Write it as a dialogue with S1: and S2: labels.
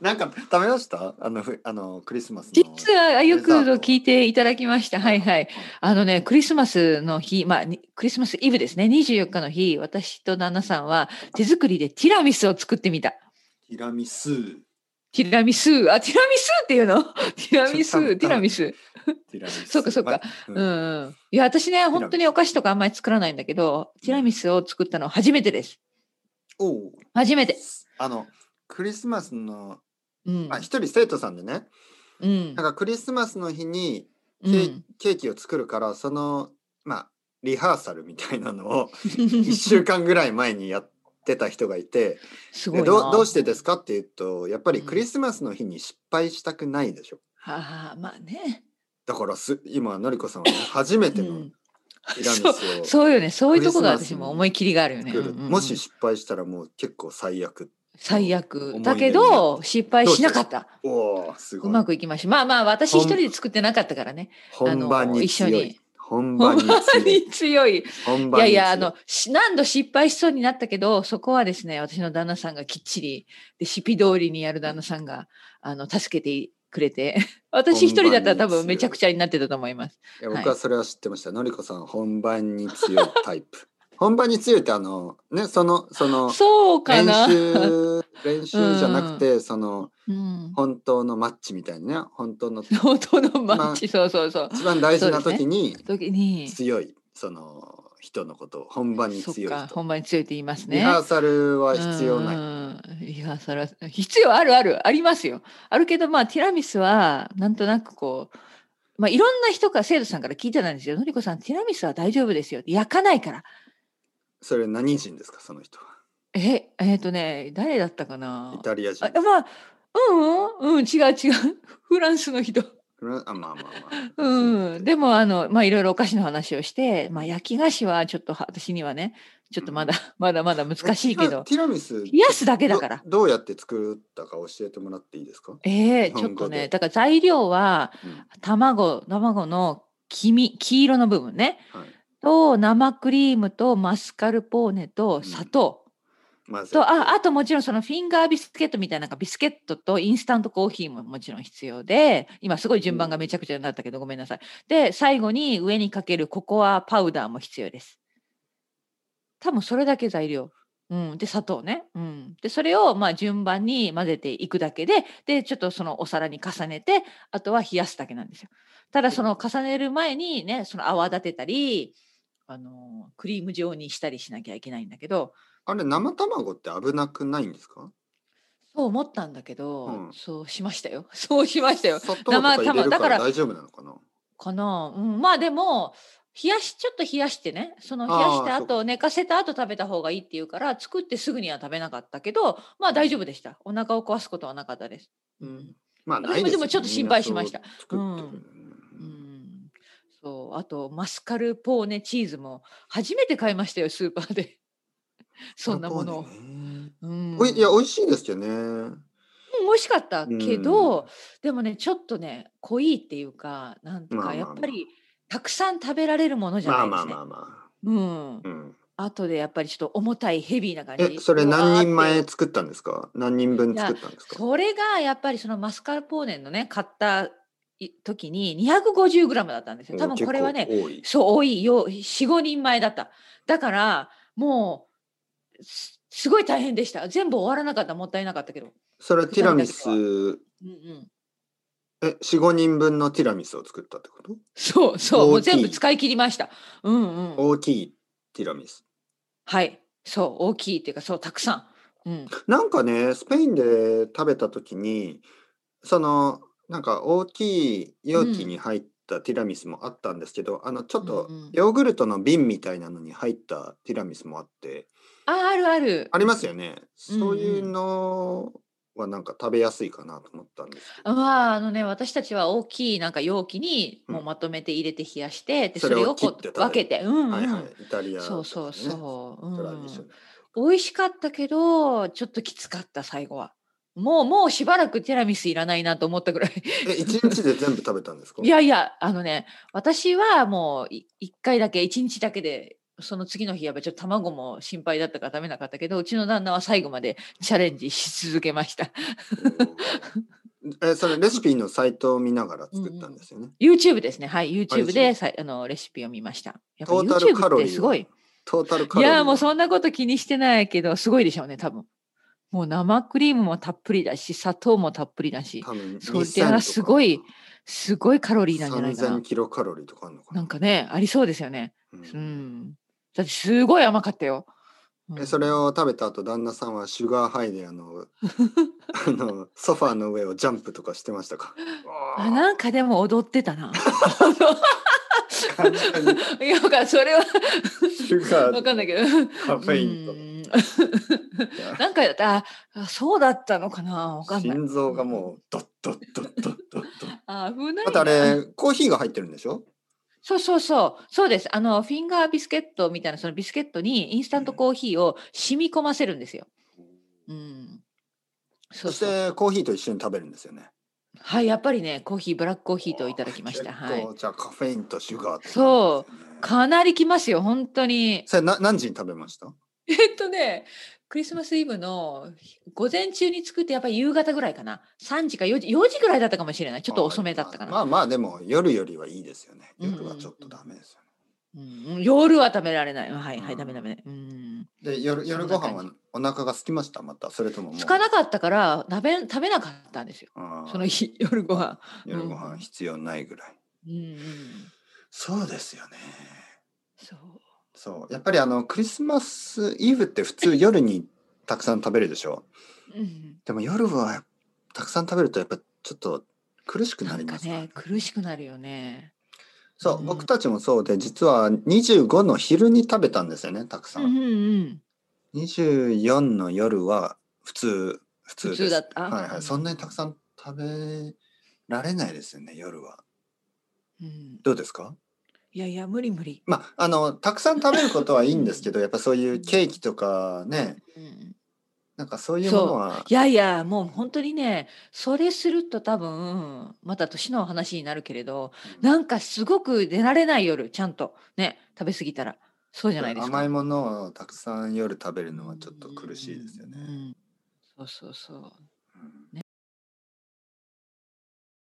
S1: なんか食べましたあのふあのクリスマスの
S2: 実はよく
S1: デザート
S2: 聞いていただきました。はいはい。あのね、クリスマスの日、まあ、にクリスマスイブですね、24日の日、私と旦那さんは手作りでティラミスを作ってみた。
S1: ティラミス
S2: ティラミス、あ、ティラミスっていうの ティラミ
S1: ちょっと多
S2: ス、
S1: 分
S2: ティラミス。
S1: ティラミス
S2: そうかそうか
S1: ま
S2: う
S1: うん
S2: ん。いや、私ね、本当にお菓子とかあんまり作らないんだけど、ティラミスを作ったの初めてです。
S1: おう
S2: 初めて。
S1: あのクリスマスの
S2: うん
S1: あ。一人生徒さんでね
S2: うん
S1: なん。かクリスマスの日にケ,、
S2: うん
S1: ケーキを作るからそのまあリハーサルみたいなのを1週間ぐらい前にやってた人がいて
S2: すごい
S1: で
S2: な。
S1: どうどうしてですかっていうとやっぱりクリスマスの日に失敗したくないでしょ
S2: ああ、まあね。
S1: だからす今のりこさんはね初めて
S2: う
S1: の
S2: ん
S1: ティラミス
S2: そう
S1: を
S2: そうよね。そういうとこが
S1: クリスマスに
S2: 私も思い切りがあるよね。
S1: 作る、
S2: うんうんうん
S1: もし失敗したらもう結構最悪
S2: 最
S1: 思
S2: 悪
S1: い出
S2: だけ
S1: になっ
S2: ど失敗しなかった
S1: おおすご
S2: う
S1: い
S2: まくいきましたまあまあ私一人で作ってなかったからね
S1: 本番に強
S2: あの
S1: い
S2: 一緒に
S1: 本番に強い
S2: 強いい
S1: 本番に強
S2: や
S1: い
S2: いやあのし何度失敗しそうになったけどそこはですね私の旦那さんがきっちりレシピ通りにやる旦那さんがあの助けてく れて私一人だったら多分めちゃくちゃになってたと思います
S1: いや僕はそれは知ってました、のりこさん本番に強いタイプ 本番に強いってあのねそのその
S2: そうか
S1: 練
S2: な、
S1: 習練習じゃなくて、その
S2: うん、
S1: 本当のマッチみたいなね本当 の
S2: 本当のマッチ、そうそうそう
S1: 一番大事な時に
S2: 時に
S1: 強いその人のことを本番に
S2: そっ
S1: 強い
S2: か
S1: 人、
S2: 本番に強いって言いますね
S1: リハーサルは必要ない、
S2: い。リハーサルは必要あるあるありますよ。あるけどまあティラミスはなんとなくこう。まあ、いろんな人から生徒さんから聞いてたんですよ。のりこさん、ティラミスは大丈夫ですよ。焼かないから。
S1: それ何人ですかその人は
S2: え、えっ、とね、誰だったかな
S1: イタリア人
S2: あまあ、うん、うん、うん、違う違う。 フランスの人。
S1: フランあまあまあまあ
S2: うん。でも、あの、まあ、いろいろお菓子の話をして、まあ、焼き菓子はちょっとは私にはね、ちょっとまだ、まだまだ難しい けど、
S1: ティラミス
S2: 冷やすだけだから。
S1: どどうやって作ったか教えてもらっていいですか、
S2: ええ
S1: 日
S2: ちょっ
S1: 本語
S2: と
S1: で
S2: ね、だから材料は、
S1: うん
S2: 卵卵の黄身黄色の部分ね
S1: はい、
S2: と生クリームとマスカルポーネと砂糖、
S1: まず
S2: とああともちろんそのフィンガービスケットみたいななんかビスケットとインスタントコーヒーももちろん必要で今すごい順番がめちゃくちゃになったけどごめんなさいで最後に上にかけるココアパウダーも必要です多分それだけ材料、うん、で砂糖ね、うん、でそれをまあ順番に混ぜていくだけででちょっとそのお皿に重ねてあとは冷やすだけなんですよただその重ねる前にねその泡立てたりあのクリーム状にしたりしなきゃいけないんだけど、
S1: あれ生卵って危なくないんですか？
S2: そう思ったんだけど、
S1: うん
S2: そうしましたよ。 そうしましたよ。
S1: 砂糖とか入れる
S2: 生
S1: か
S2: 卵だからら
S1: 大丈夫なのかな？
S2: かな、うん、まあでも冷やしちょっと冷やしてねその冷やした
S1: あーそうか
S2: 後寝かせた後食べた方がいいっていうから作ってすぐには食べなかったけどまあ大丈夫でした。お腹を壊すことはなかったです。うん
S1: まあ
S2: で
S1: な
S2: も
S1: いですよ
S2: でもちょっと心配しました。
S1: みんなそう作ってる
S2: うん、そうあとマスカルポーネチーズも初めて買いましたよスーパーで。そんなものを
S1: 砂。糖ね
S2: うん
S1: おいいや美味しいですよね。
S2: うん美味しかったけど、でもねちょっとね濃いっていうかなんと
S1: まあまあ
S2: か
S1: まあ
S2: やっぱりたくさん食べられるものじゃ
S1: ま
S2: な
S1: あ
S2: いで
S1: ますあ
S2: ね
S1: まあま
S2: うん
S1: あ。うん。
S2: 後でやっぱりちょっと重たいヘビーな感じ
S1: えそれ何人
S2: うわー
S1: 前
S2: って
S1: 作ったんですか？何人分作ったんですか？
S2: それがやっぱりそのマスカルポーネのね買ったい時に 250g だったんですよ多分これはね
S1: お結構多い。
S2: そう多いよ45人前だっただからもうすすごい大変でした全部終わらなかったもったいなかったけど、
S1: それティラミス
S2: うんうん、
S1: え四五人分のティラミスを作ったってこと？
S2: そうそうも
S1: 大
S2: う
S1: きい
S2: 全部使い切りましたうんうん
S1: 大きいティラミス。
S2: はいそう大きいっていうかそうたくさんうん
S1: なんかね、スペインで食べた時に、その、なんか大きい容器に入ったティラミスもあったんですけど、あの、ちょっと
S2: うんうん
S1: ヨーグルトの瓶みたいなのに入ったティラミスもあって、
S2: ああるある
S1: ありますよね。
S2: うんうん
S1: そういうのはなんか食べやすいかなと思ったんですけど。
S2: まああのね私たちは大きいなんか容器にもうまとめて入れて冷やして、で
S1: そ
S2: そ
S1: れ
S2: れ
S1: を
S2: をこ
S1: 切って食
S2: う
S1: べる
S2: 分けてうんうん、
S1: はいはい。イタリア、
S2: そうそうそう、
S1: ト
S2: う
S1: ラディショ
S2: ん、
S1: ナル
S2: 美味しかったけどちょっときつかった最後はもうもうしばらくティラミスいらないなと思ったぐらい
S1: え、一日で全部食べたんですか
S2: いやいや、あのね、私はもうい一回だけ、一日だけでその次の日やっぱちょっと卵も心配だったから食べなかったけどうちの旦那は最後までチャレンジし続けました
S1: えそれレシピのサイトを見ながら作ったんですよね。
S2: YouTube ですねはい YouTube
S1: あ
S2: でさいあのレシピを見ましたやっぱ
S1: トータルカ
S2: YouTube っ
S1: ロリー
S2: てすごい
S1: トータルカ
S2: い
S1: ロリーは。
S2: やもうそんなこと気にしてないけどすごいでしょうね多分もう生クリームもたっぷりだし砂糖もたっぷりだし
S1: 多分
S2: それはすごいすごいカロリーなんじゃないか
S1: 3000
S2: な
S1: キロカロリーとかあるのかな。
S2: なんかねありそうですよね
S1: うん
S2: うんだってすごい甘かったよ、うん
S1: えそれを食べた後旦那さんはシュガーハイであ のあのソファーの上をジャンプとかしてましたか
S2: あなんかでも踊って たな
S1: 完全に
S2: いやだからそれは
S1: シュガー
S2: わかんないけど
S1: カフェインと
S2: ン
S1: いや
S2: なん かだったああそうだったのかなわかんない
S1: 心臓がもうドッドッドッドッドッドッ
S2: あ危ない
S1: あとあ
S2: な
S1: れコーヒーが入ってるんでしょ
S2: そうそうそう、そうです。あの、フィンガービスケットみたいな、そのビスケットにインスタントコーヒーを染み込ませるんですよ。うん。そ
S1: そう
S2: そう。
S1: してコーヒーと一緒に食べるんですよね
S2: はい、やっぱりね、コーヒー、ブラックコーヒーといただきました。
S1: 結
S2: は
S1: 構
S2: い。
S1: じゃあカフェインとシュガーって
S2: そう
S1: 感じですね
S2: かなりきますよ、本当に。
S1: それな何時に食べました
S2: えっとね、クリスマスイブの午前中に作って、やっぱり夕方ぐらいかな。3時か4時、4時ぐらいだったかもしれない。ちょっと遅めだったか
S1: ま
S2: な。
S1: あまあでも夜よりはいいですよね
S2: うん
S1: 夜はちょっとダメですよね
S2: うん、夜は食べられない。はい、は
S1: う
S2: い、
S1: ん
S2: ダメダメ。うん。
S1: で夜夜ご飯
S2: そ
S1: は
S2: んな
S1: お腹が空きましたまたそれとももう
S2: つかなかったから、食べ、食べなかったんですよ。
S1: あー
S2: その日、 夜ご飯。
S1: 夜ご
S2: うん
S1: 飯必要ないぐらい、
S2: うんうん、
S1: そうですよね
S2: そう
S1: そうやっぱりあのクリスマスイブって普通夜にたくさん食べるでしょ
S2: うん
S1: でも夜はたくさん食べるとやっぱちょっと苦しくな
S2: な
S1: り
S2: ん
S1: ま
S2: か
S1: すから
S2: ね苦しくなるよね。
S1: そう、
S2: うん
S1: 僕たちもそうで実は25の昼に食べたんですよねたくさ、
S2: うんんうん
S1: 24の夜は普通普通です
S2: 普通だった
S1: はいは
S2: うん
S1: いそんなにたくさん食べられないですよね夜は
S2: うんうん、
S1: どうですか
S2: いやいや無理無理。
S1: まああのたくさん食べることはいいん ですけどやっぱそういうケーキとかね
S2: うん、
S1: なんかそういうものはい
S2: やいやもう本当にねそれすると多分また年の話になるけれどなんかすごく出られない夜ちゃんとね食べ過ぎたらそうじゃないですか。
S1: 甘いものをたくさん夜食べるのはちょっと苦しいですよね。
S2: うんうんそうそうそう。
S1: うん
S2: ね